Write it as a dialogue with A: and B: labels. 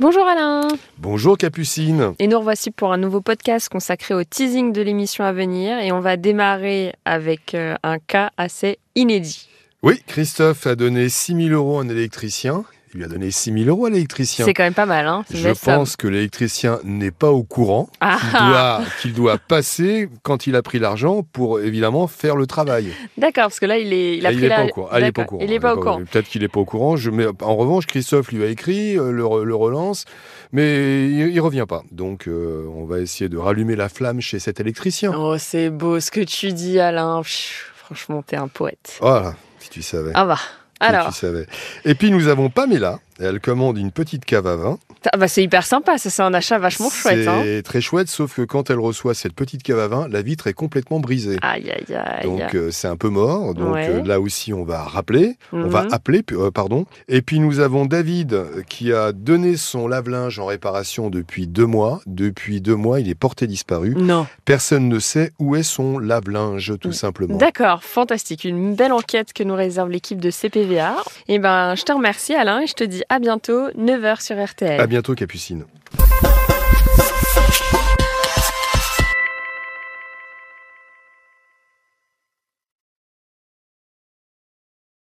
A: Bonjour Alain
B: Bonjour Capucine
A: Et nous revoici pour un nouveau podcast consacré au teasing de l'émission à venir et on va démarrer avec euh, un cas assez inédit.
B: Oui, Christophe a donné 6 000 euros à un électricien. Il lui a donné 6 000 euros à l'électricien.
A: C'est quand même pas mal, hein C'est une
B: Je
A: belle somme.
B: pense que l'électricien n'est pas au courant
A: Ah,
B: qu'il doit, qu'il doit passer quand il a pris l'argent pour évidemment faire le travail.
A: ah. D'accord, parce que là, il est, il a
B: Ah,
A: pris
B: est
A: la-
B: pas au courant. Ah, il est pas au
A: D'accord,
B: courant.
A: Il est pas au courant.
B: Peut-être qu'il n'est pas au courant. Je, mais en revanche, Christophe lui a écrit, euh, le, re- le relance, mais il, ne revient pas. Donc, euh, on va essayer de rallumer la flamme chez cet électricien.
A: Oh, c'est beau ce que tu dis, Alain. Pfiou, franchement, t'es un poète.
B: Voilà, si tu savais.
A: Ah bah,
B: si tu
A: alors,
B: savais. Et puis, nous avons Pamela. Elle commande une petite cave à vin.
A: ah bah, c'est hyper sympa, ça c'est un achat vachement chouette. Hein
B: C'est très chouette, sauf que quand elle reçoit cette petite cave à vin, la vitre est complètement brisée.
A: aïe, aïe, aïe.
B: Donc euh, c'est un peu mort. Donc
A: Ouais.
B: euh, là aussi, on va rappeler, on
A: Mhm.
B: va appeler, pu- euh, pardon. Et puis nous avons David euh, qui a donné son lave-linge en réparation depuis deux mois. Depuis deux mois, il est porté disparu.
A: Non.
B: Personne ne sait où est son lave-linge, tout
A: Mm.
B: simplement.
A: D'accord, fantastique. Une belle enquête que nous réserve l'équipe de CPVA. Et ben, je te remercie, Alain, et je te dis à bientôt, 9h sur RTL.
B: À bientôt, Capucine.